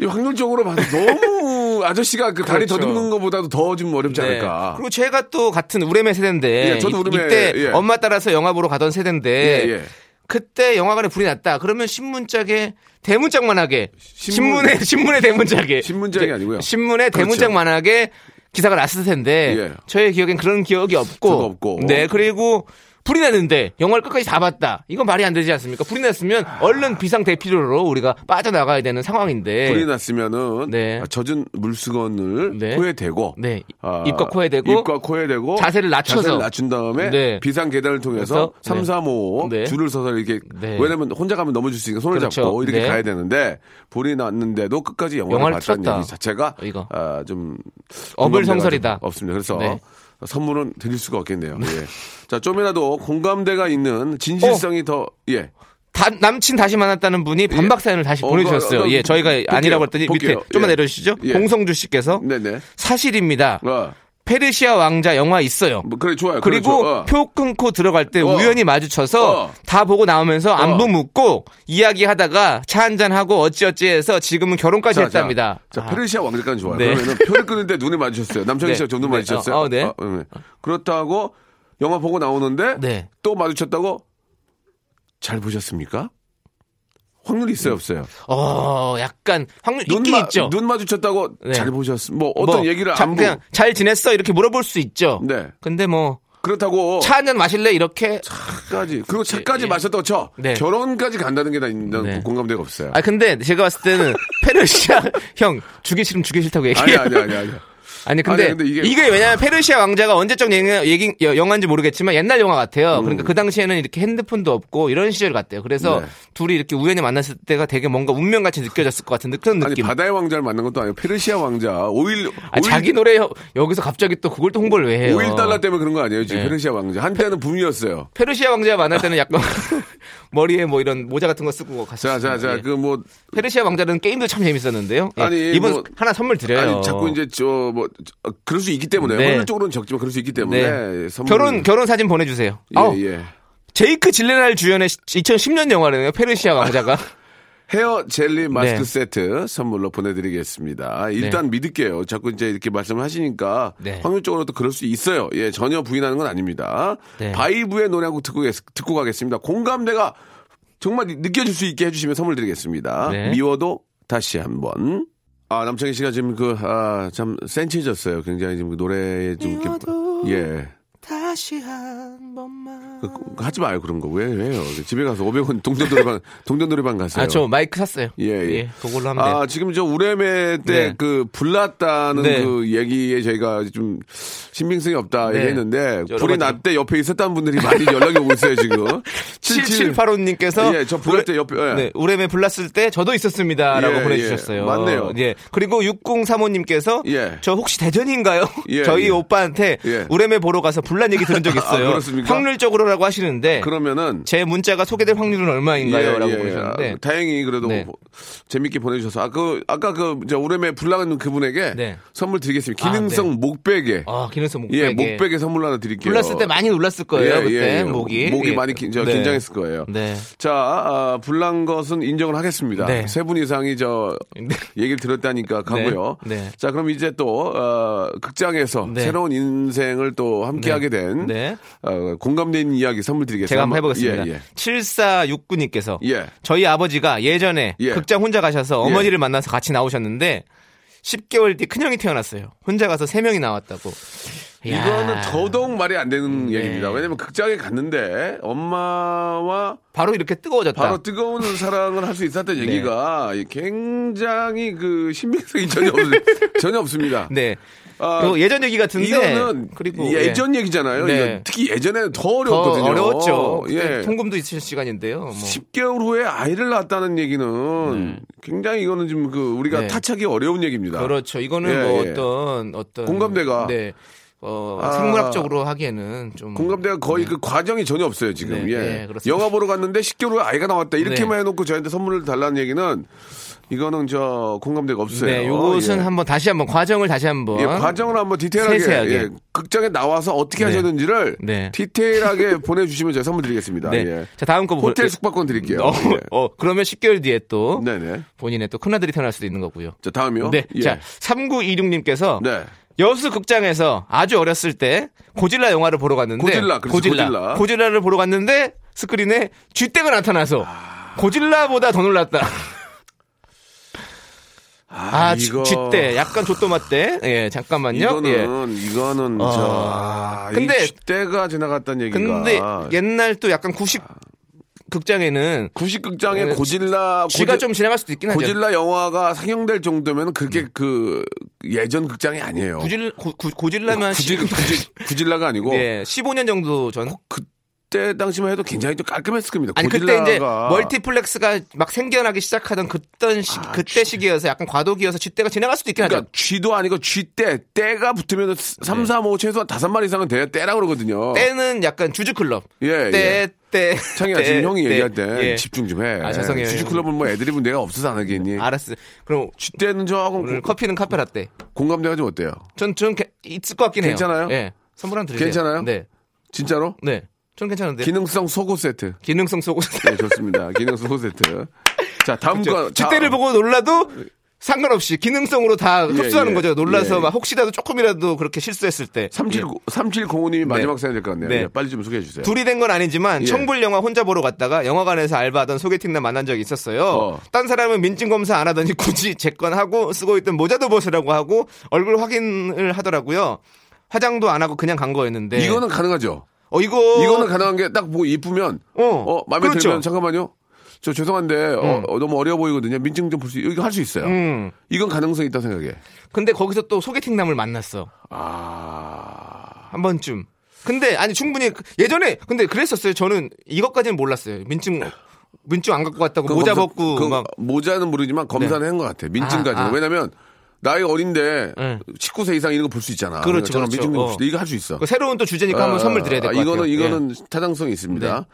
Speaker 1: 이 확률적으로 봐서 너무 아저씨가 그 다리
Speaker 3: 그렇죠.
Speaker 1: 더듬는 것보다도 더 좀 어렵지
Speaker 3: 네.
Speaker 1: 않을까.
Speaker 3: 그리고 제가 또 같은 우레메 세대인데
Speaker 1: 예, 저도
Speaker 3: 이-
Speaker 1: 우레메,
Speaker 3: 이때
Speaker 1: 예.
Speaker 3: 엄마 따라서 영화 보러 가던 세대인데
Speaker 1: 예, 예.
Speaker 3: 그때 영화관에 불이 났다. 그러면 신문짝에 대문짝만하게
Speaker 1: 신문-
Speaker 3: 신문, 에 신문에 대문짝에 네.
Speaker 1: 신문장이 아니고요.
Speaker 3: 신문에
Speaker 1: 그렇죠.
Speaker 3: 대문짝만하게 기사가 났을 텐데
Speaker 1: 예.
Speaker 3: 저의 기억엔 그런 기억이 없고,
Speaker 1: 저도 없고.
Speaker 3: 네 그리고 불이 났는데 영화를 끝까지 다 봤다. 이건 말이 안 되지 않습니까? 불이 났으면 얼른 비상 대피로로 우리가 빠져나가야 되는 상황인데
Speaker 1: 아. 예. 불이 났으면은 아,
Speaker 3: 네.
Speaker 1: 젖은 물수건을
Speaker 3: 네.
Speaker 1: 코에 대고
Speaker 3: 네
Speaker 1: 아,
Speaker 3: 입과 코에 대고
Speaker 1: 입과 코에 대고
Speaker 3: 자세를 낮춰서.
Speaker 1: 자세를 낮춘 다음에
Speaker 3: 네.
Speaker 1: 비상 계단을 통해서
Speaker 3: 그래서,
Speaker 1: 3,
Speaker 3: 네.
Speaker 1: 3, 5
Speaker 3: 네.
Speaker 1: 줄을 서서 이렇게
Speaker 3: 네.
Speaker 1: 왜냐면 혼자 가면 넘어질 수 있으니까 손을
Speaker 3: 그렇죠.
Speaker 1: 잡고 이렇게
Speaker 3: 네.
Speaker 1: 가야 되는데 불이 났는데도 끝까지 영화를,
Speaker 3: 영화를
Speaker 1: 봤다는
Speaker 3: 틀었다. 어,
Speaker 1: 얘기 자체가
Speaker 3: 이거.
Speaker 1: 아, 좀 공감대가
Speaker 3: 어불성설이다.
Speaker 1: 좀 없습니다. 그래서
Speaker 3: 네.
Speaker 1: 선물은 드릴 수가 없겠네요. 예. 자, 좀이라도 공감대가 있는 진실성이
Speaker 3: 어.
Speaker 1: 더 예.
Speaker 3: 다- 남친 다시 만났다는 분이 반박 사연을 다시
Speaker 1: 어,
Speaker 3: 보내주셨어요.
Speaker 1: 그거, 그거
Speaker 3: 예, 저희가
Speaker 1: 볼게요.
Speaker 3: 아니라고 했더니 밑에
Speaker 1: 볼게요.
Speaker 3: 좀만
Speaker 1: 예.
Speaker 3: 내려주시죠.
Speaker 1: 예.
Speaker 3: 공성주 씨께서
Speaker 1: 네, 네.
Speaker 3: 사실입니다.
Speaker 1: 어.
Speaker 3: 페르시아 왕자 영화 있어요.
Speaker 1: 뭐 그래 좋아요. 그래,
Speaker 3: 그리고
Speaker 1: 좋아. 어.
Speaker 3: 표 끊고 들어갈 때
Speaker 1: 어.
Speaker 3: 우연히 마주쳐서
Speaker 1: 어.
Speaker 3: 다 보고 나오면서 안부
Speaker 1: 어.
Speaker 3: 묻고 이야기하다가 차 한잔하고 어찌어찌 해서 지금은 결혼까지 했답니다.
Speaker 1: 자,
Speaker 3: 아,
Speaker 1: 페르시아 왕자까지 좋아요.
Speaker 3: 네.
Speaker 1: 그러면은 표를 끄는데 눈에 마주쳤어요. 남성희
Speaker 3: 네.
Speaker 1: 씨가 저 눈
Speaker 3: 네.
Speaker 1: 마주쳤어요.
Speaker 3: 어, 어, 네.
Speaker 1: 네. 그렇다고 영화 보고 나오는데
Speaker 3: 네.
Speaker 1: 또 마주쳤다고 잘 보셨습니까? 확률이 있어요, 없어요?
Speaker 3: 어, 약간 확률
Speaker 1: 눈,
Speaker 3: 있긴
Speaker 1: 마,
Speaker 3: 있죠.
Speaker 1: 눈 마주쳤다고
Speaker 3: 네.
Speaker 1: 잘 보셨, 뭐 어떤
Speaker 3: 뭐,
Speaker 1: 얘기를
Speaker 3: 자,
Speaker 1: 안
Speaker 3: 그냥
Speaker 1: 보.
Speaker 3: 잘 지냈어 이렇게 물어볼 수 있죠.
Speaker 1: 네. 어.
Speaker 3: 근데 뭐 차
Speaker 1: 그렇다고
Speaker 3: 한잔 마실래 이렇게
Speaker 1: 차까지 그리고 차까지
Speaker 3: 예.
Speaker 1: 마셨다고 쳐
Speaker 3: 네.
Speaker 1: 결혼까지 간다는 게 난
Speaker 3: 네.
Speaker 1: 공감대가 없어요.
Speaker 3: 아 근데 제가 봤을 때는 페르시아 형 주기 싫으면 주기 싫다고
Speaker 1: 아니
Speaker 3: 얘기해요.
Speaker 1: 아니 아니 아니.
Speaker 3: 아니 근데,
Speaker 1: 아니, 근데 이게-
Speaker 3: 이게... 왜냐면 페르시아 왕자가 언제적 얘기, 얘기- 여- 영화인지 모르겠지만 옛날 영화 같아요. 그러니까 그 당시에는 이렇게 핸드폰도 없고 이런 시절 같대요. 그래서
Speaker 1: 음. 네.
Speaker 3: 둘이 이렇게 우연히 만났을 때가 되게 뭔가 운명같이 느껴졌을 것 같은 그런
Speaker 1: 아니
Speaker 3: 느낌.
Speaker 1: 바다의 왕자를 만난 것도 아니고 페르시아 왕자 오일
Speaker 3: 아, 자기 노래 여- 여기서 갑자기 또 그걸 또 홍보를 왜 해요?
Speaker 1: 5일달러 때문에 그런 거 아니에요, 지금
Speaker 3: 네.
Speaker 1: 페르시아 왕자. 한때는 붐이었어요.
Speaker 3: 페르시아 왕자 만날 때는 약간 머리에 뭐 이런 모자 같은 거 쓰고
Speaker 1: 자,
Speaker 3: 갔어요.
Speaker 1: 자, 자, 그 뭐,
Speaker 3: 페르시아 왕자는 게임도 참 재밌었는데요. 예,
Speaker 1: 아니,
Speaker 3: 이분
Speaker 1: 뭐-
Speaker 3: 하나 선물 드려요.
Speaker 1: 아니, 자꾸 이제 저, 뭐, 저, 그럴 수 있기 때문에,
Speaker 3: 예. 네.
Speaker 1: 확률적으로는 적지만 그럴 수 있기 때문에,
Speaker 3: 네.
Speaker 1: 선물.
Speaker 3: 결혼 결혼 사진 보내주세요.
Speaker 1: 예,
Speaker 3: 아우,
Speaker 1: 예.
Speaker 3: 제이크 질레날 주연의 2010년 영화래요. 페르시아 왕자가.
Speaker 1: 헤어 젤리 마스크
Speaker 3: 네.
Speaker 1: 세트 선물로 보내드리겠습니다. 일단 믿을게요. 자꾸 이제 이렇게 말씀을 하시니까
Speaker 3: 네.
Speaker 1: 확률적으로도 그럴 수 있어요. 예, 전혀 부인하는 건 아닙니다.
Speaker 3: 네.
Speaker 1: 바이브의 노래 한곡 듣고, 겠- 듣고 가겠습니다. 공감대가 정말 느껴질 수 있게 해주시면 선물 드리겠습니다.
Speaker 3: 네.
Speaker 1: 미워도 다시 한번. 아 남창희 씨가 지금 그아참 센치해졌어요. 굉장히 지금 그 노래에 좀 이렇게 예.
Speaker 3: 다시 한 번만.
Speaker 1: 그- 그- 하지 마요 그런 거 왜 해요? 집에 가서 500원 동전 노래방 동전 노래방 가세요.
Speaker 3: 아, 저 마이크 샀어요.
Speaker 1: 예, 예.
Speaker 3: 그걸로 하면 돼요.
Speaker 1: 아, 지금 저 우레메 때
Speaker 3: 네.
Speaker 1: 그 불났다는
Speaker 3: 네.
Speaker 1: 그 얘기에 저희가 좀 신빙성이 없다
Speaker 3: 네.
Speaker 1: 얘기했는데
Speaker 3: 여러
Speaker 1: 불이
Speaker 3: 가지.
Speaker 1: 났 때 옆에 있었다는 분들이 많이 연락이 오고 있어요, 지금.
Speaker 3: 7785님께서
Speaker 1: 예, 저 불날 때 옆에 예.
Speaker 3: 네, 우렘에 불났을 때 저도 있었습니다라고
Speaker 1: 예,
Speaker 3: 보내주셨어요.
Speaker 1: 예. 맞네요.
Speaker 3: 예. 그리고 6035님께서
Speaker 1: 예.
Speaker 3: 저 혹시 대전인가요?
Speaker 1: 예,
Speaker 3: 저희
Speaker 1: 예.
Speaker 3: 오빠한테
Speaker 1: 예.
Speaker 3: 우렘에 보러 가서 불난 얘기 얘기 들은 적 있어요.
Speaker 1: 아, 그렇습니까?
Speaker 3: 확률적으로라고 하시는데
Speaker 1: 그러면은
Speaker 3: 제 문자가 소개될 확률은 네. 얼마인가요라고 보셨는데
Speaker 1: 아, 다행히 그래도
Speaker 3: 네.
Speaker 1: 뭐 재밌게 보내주셔서 아, 그, 아까 그 이제 오랜만에 불나간 그분에게
Speaker 3: 네.
Speaker 1: 선물 드리겠습니다.
Speaker 3: 아,
Speaker 1: 기능성 목베개.
Speaker 3: 아, 기능성 목베개.
Speaker 1: 예, 목베개 선물 하나 드릴게요.
Speaker 3: 불났을 때 많이 놀랐을 거예요.
Speaker 1: 예,
Speaker 3: 그때
Speaker 1: 예, 예.
Speaker 3: 목이
Speaker 1: 목이
Speaker 3: 예.
Speaker 1: 많이 긴, 저,
Speaker 3: 네.
Speaker 1: 긴장했을 거예요.
Speaker 3: 네.
Speaker 1: 자, 아, 불난 것은 인정을 하겠습니다.
Speaker 3: 네.
Speaker 1: 세 분 이상이 저
Speaker 3: 네.
Speaker 1: 얘기를 들었다니까 가고요.
Speaker 3: 네.
Speaker 1: 자, 그럼 이제 또 어, 극장에서
Speaker 3: 네.
Speaker 1: 새로운 인생을 또 함께하게 된
Speaker 3: 네.
Speaker 1: 어, 공감된 이야기 선물 드리겠습니다.
Speaker 3: 제가 한번 해보겠습니다.
Speaker 1: 예, 예.
Speaker 3: 7469님께서
Speaker 1: 예.
Speaker 3: 저희 아버지가 예전에
Speaker 1: 예.
Speaker 3: 극장 혼자 가셔서 어머니를 만나서 같이 나오셨는데 10개월 뒤 큰형이 태어났어요. 혼자 가서 3명이 나왔다고. 이야.
Speaker 1: 이거는 더더욱 말이 안 되는
Speaker 3: 네.
Speaker 1: 얘기입니다. 왜냐면 극장에 갔는데 엄마와
Speaker 3: 바로 이렇게 뜨거워졌다.
Speaker 1: 바로 뜨거운 사랑을 할 수 있었던 얘기가
Speaker 3: 네.
Speaker 1: 굉장히 그 신빙성이 전혀, 없, 전혀 없습니다.
Speaker 3: 네.
Speaker 1: 아,
Speaker 3: 그리고 예전 얘기 같은데
Speaker 1: 이거는
Speaker 3: 그리고
Speaker 1: 예전 얘기잖아요.
Speaker 3: 네.
Speaker 1: 이건 특히 예전에는 더
Speaker 3: 예. 더
Speaker 1: 어려웠거든요.
Speaker 3: 어려웠죠. 그때
Speaker 1: 예.
Speaker 3: 통금도 있으실 시간인데요. 뭐.
Speaker 1: 10개월 후에 아이를 낳았다는 얘기는 굉장히 이거는 지금 그 우리가
Speaker 3: 음. 네.
Speaker 1: 타차기 어려운 얘기입니다.
Speaker 3: 그렇죠. 이거는
Speaker 1: 예,
Speaker 3: 뭐
Speaker 1: 예.
Speaker 3: 어떤 어떤
Speaker 1: 공감대가.
Speaker 3: 네. 어,
Speaker 1: 아.
Speaker 3: 생물학적으로 하기에는 좀
Speaker 1: 공감대가 거의 그 과정이 전혀 없어요 지금.
Speaker 3: 네,
Speaker 1: 예.
Speaker 3: 네, 그렇습니다.
Speaker 1: 영화 보러 갔는데 10개월 후에 아이가 나왔다 이렇게만
Speaker 3: 네.
Speaker 1: 해놓고 저희한테 선물을 달라는 얘기는 이거는 저 공감대가 없어요.
Speaker 3: 네, 요것은
Speaker 1: 예.
Speaker 3: 한번 다시 한번 과정을 다시 한번
Speaker 1: 예, 과정을 한번 디테일하게
Speaker 3: 세세하게.
Speaker 1: 예, 극장에 나와서 어떻게
Speaker 3: 네.
Speaker 1: 하셨는지를
Speaker 3: 네.
Speaker 1: 디테일하게 보내주시면 제가 선물 드리겠습니다.
Speaker 3: 네.
Speaker 1: 예.
Speaker 3: 자, 다음 거 보-
Speaker 1: 호텔 숙박권 드릴게요.
Speaker 3: 어,
Speaker 1: 예.
Speaker 3: 어, 그러면 10개월 뒤에 또
Speaker 1: 네네.
Speaker 3: 본인의 또 큰아들이 태어날 수도 있는 거고요.
Speaker 1: 자 다음이요.
Speaker 3: 네.
Speaker 1: 예.
Speaker 3: 자, 3926님께서
Speaker 1: 네.
Speaker 3: 여수 극장에서 아주 어렸을 때 고질라 영화를 보러 갔는데
Speaker 1: 고질라, 그렇지, 고질라.
Speaker 3: 를 보러 갔는데 스크린에 쥐땡가 나타나서
Speaker 1: 아.
Speaker 3: 고질라보다 더 놀랐다. 아, 쥐-
Speaker 1: 이거-
Speaker 3: 쥐떼 약간 좆도마 떼. 예, 잠깐만요. 예.
Speaker 1: 이거는 이거는
Speaker 3: 어.
Speaker 1: 저 아,
Speaker 3: 근데-
Speaker 1: 근데 때가 지나갔단 얘기가. 예.
Speaker 3: 근데 옛날 또 약간 90 극장에는
Speaker 1: 90 극장에
Speaker 3: 네.
Speaker 1: 고질라
Speaker 3: 쥐가
Speaker 1: 고질-
Speaker 3: 좀 지나갈 수도 있긴 하죠. 네.
Speaker 1: 고질라 영화가 상영될 정도면 그게 그 예전 극장이 아니에요.
Speaker 3: 구질 고, 고, 고질라면
Speaker 1: 구질,
Speaker 3: 시-
Speaker 1: 구질- 구질라가 아니고
Speaker 3: 예, 15년 정도 전.
Speaker 1: 그때 당시만 해도 굉장히 좀 깔끔했을 겁니다.
Speaker 3: 아니 그때
Speaker 1: 고질라가
Speaker 3: 이제 멀티플렉스가 막 생겨나기 시작하던 그때 시, 그때 시기여서 약간 과도기여서 쥐때가 지나갈 수도 있긴 하죠.
Speaker 1: 아,
Speaker 3: 네.
Speaker 1: 그러니까 쥐도 아니고 쥐떼 때가 붙으면 3, 4, 5 최소한 다섯 마리 이상은 돼야 때라 그러거든요.
Speaker 3: 때는 약간 주주클럽.
Speaker 1: 예, 예.
Speaker 3: 때, 때.
Speaker 1: 창이야 지금 형이 얘기할 때
Speaker 3: 네, 예.
Speaker 1: 집중 좀 해.
Speaker 3: 아, 죄송해요.
Speaker 1: 주주클럽은 뭐 애드립은 내가 없어서 안 하겠니?
Speaker 3: 알았어. 그럼
Speaker 1: 쥐떼는 저하고
Speaker 3: 오늘
Speaker 1: 고-
Speaker 3: 커피는 카페라떼.
Speaker 1: 공감대가 좀 어때요?
Speaker 3: 전, 전 개- 있을 것 같긴 해요.
Speaker 1: 괜찮아요?
Speaker 3: 예. 선물 하나 드릴게요.
Speaker 1: 괜찮아요?
Speaker 3: 네.
Speaker 1: 진짜로?
Speaker 3: 네. 전 괜찮은데.
Speaker 1: 기능성 속옷 세트.
Speaker 3: 기능... 성 속옷.
Speaker 1: 네, 좋습니다. 기능성 속옷 세트. 자, 다음 거. 자,
Speaker 3: 쥐때를 보고 놀라도 상관없이 기능성으로 다
Speaker 1: 예,
Speaker 3: 흡수하는
Speaker 1: 예.
Speaker 3: 거죠. 놀라서
Speaker 1: 예.
Speaker 3: 막 혹시라도 조금이라도 그렇게 실수했을 때.
Speaker 1: 37, 3705님이 마지막 사연 될 것 같네요.
Speaker 3: 네.
Speaker 1: 예, 빨리 좀 소개해 주세요.
Speaker 3: 둘이 된 건 아니지만
Speaker 1: 예.
Speaker 3: 청불 영화 혼자 보러 갔다가 영화관에서 알바하던 소개팅남 만난 적이 있었어요.
Speaker 1: 어.
Speaker 3: 딴 사람은 민증 검사 안 하더니 굳이 제 건 하고 쓰고 있던 모자도 벗으라고 하고 얼굴 확인을 하더라고요. 화장도 안 하고 그냥 간 거였는데
Speaker 1: 이거는 가능하죠.
Speaker 3: 네. 어 이거
Speaker 1: 이거는 가능한 게 딱 보고 이쁘면
Speaker 3: 어,
Speaker 1: 어, 마음에
Speaker 3: 그렇죠.
Speaker 1: 들면 잠깐만요. 저 죄송한데 어, 어, 너무 어려 보이거든요. 민증 좀 볼 수 이거 할 수 있어요.
Speaker 3: 음.
Speaker 1: 이건 가능성이 있다 생각해.
Speaker 3: 근데 거기서 또 소개팅남을 만났어.
Speaker 1: 아.
Speaker 3: 한 번쯤. 근데 아니 충분히 그- 예전에 근데 그랬었어요. 저는 이것까지는 몰랐어요. 민증 민증 안 갖고 갔다고
Speaker 1: 그건
Speaker 3: 모자
Speaker 1: 검사-
Speaker 3: 벗고
Speaker 1: 그건
Speaker 3: 막 네.
Speaker 1: 모자는 모르지만 검사는 한 것 같아. 민증까지는.
Speaker 3: 아, 아.
Speaker 1: 왜냐면 나이 어린데
Speaker 3: 네.
Speaker 1: 19세 이상 이런 거 볼 수 있잖아.
Speaker 3: 그렇죠,
Speaker 1: 잠깐
Speaker 3: 그렇죠.
Speaker 1: 민증 좀
Speaker 3: 어.
Speaker 1: 봅시다. 이거 할 수 있어.
Speaker 3: 그 새로운 또 주제니까 한번
Speaker 1: 아,
Speaker 3: 선물 드려야 될 것
Speaker 1: 아, 이거는
Speaker 3: 같아요. 예.
Speaker 1: 이거는 타당성이 있습니다.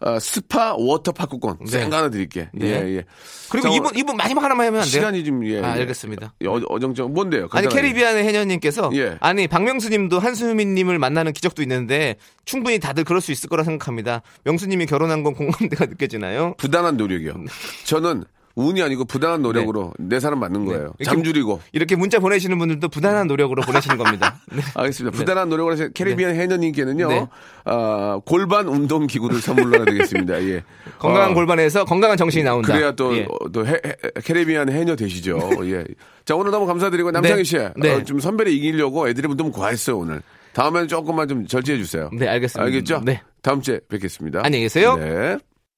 Speaker 1: 아, 스파 워터파크권
Speaker 3: 네.
Speaker 1: 생각 하나 드릴게.
Speaker 3: 네.
Speaker 1: 예, 예.
Speaker 3: 그리고
Speaker 1: 자,
Speaker 3: 이분 이분 마지막 하나만 하면 안 돼요?
Speaker 1: 시간이 좀 예.
Speaker 3: 아,
Speaker 1: 예.
Speaker 3: 알겠습니다.
Speaker 1: 어, 어정쩡 뭔데요?
Speaker 3: 아니
Speaker 1: 간단하게.
Speaker 3: 캐리비안의 해녀님께서
Speaker 1: 예.
Speaker 3: 아니 박명수님도 한수민님을 만나는 기적도 있는데 충분히 다들 그럴 수 있을 거라 생각합니다. 명수님이 결혼한 건 공감대가 느껴지나요?
Speaker 1: 부단한 노력이요. 저는 운이 아니고 부단한 노력으로 내 사람 맞는 거예요.
Speaker 3: 네. 이렇게-
Speaker 1: 잠줄이고.
Speaker 3: 이렇게 문자 보내시는 분들도 부단한 노력으로 보내시는 겁니다. 네.
Speaker 1: 알겠습니다. 부단한 노력을 해서 캐리비안 해녀님께는요,
Speaker 3: 네.
Speaker 1: 아, 골반 운동 기구를 선물로 드리겠습니다. 예.
Speaker 3: 건강한
Speaker 1: 어,
Speaker 3: 골반에서 건강한 정신이 나온다.
Speaker 1: 그래야 또,
Speaker 3: 예.
Speaker 1: 어, 또 해- 해- 캐리비안 해녀 되시죠. 예. 자, 오늘 너무 감사드리고, 남창희
Speaker 3: 네.
Speaker 1: 씨.
Speaker 3: 네.
Speaker 1: 어, 좀 선배를 이기려고 애드립은 너무 과했어요, 오늘. 다음에는 조금만 좀 절제해 주세요.
Speaker 3: 네, 알겠습니다.
Speaker 1: 알겠죠?
Speaker 3: 네.
Speaker 1: 다음 주에 뵙겠습니다.
Speaker 3: 안녕히 계세요.
Speaker 1: 네.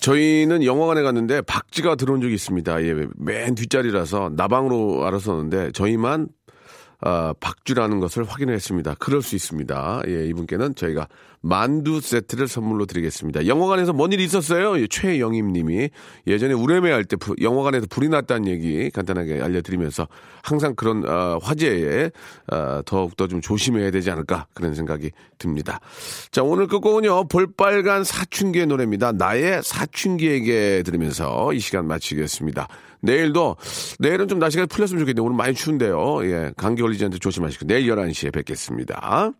Speaker 1: 저희는 영화관에 갔는데 박쥐가 들어온 적이 있습니다. 예, 맨 뒷자리라서 나방으로 알았었는데 저희만 아, 박쥐라는 것을 확인했습니다. 그럴 수 있습니다. 예, 이분께는 저희가 만두 세트를 선물로 드리겠습니다. 영화관에서 뭔 일이 있었어요? 예, 최영임 님이 예전에 우레메 할 때 영화관에서 불이 났다는 얘기 간단하게 알려드리면서 항상 그런 아, 화재에 아, 더욱더 좀 조심해야 되지 않을까 그런 생각이 듭니다. 자, 오늘 끝곡은요. 볼빨간 사춘기의 노래입니다. 나의 사춘기에게 들으면서 이 시간 마치겠습니다. 내일도 내일은 좀 날씨가 풀렸으면 좋겠는데 오늘 많이 추운데요. 예, 감기 걸리지 않도록 조심하시고 내일 11시에 뵙겠습니다.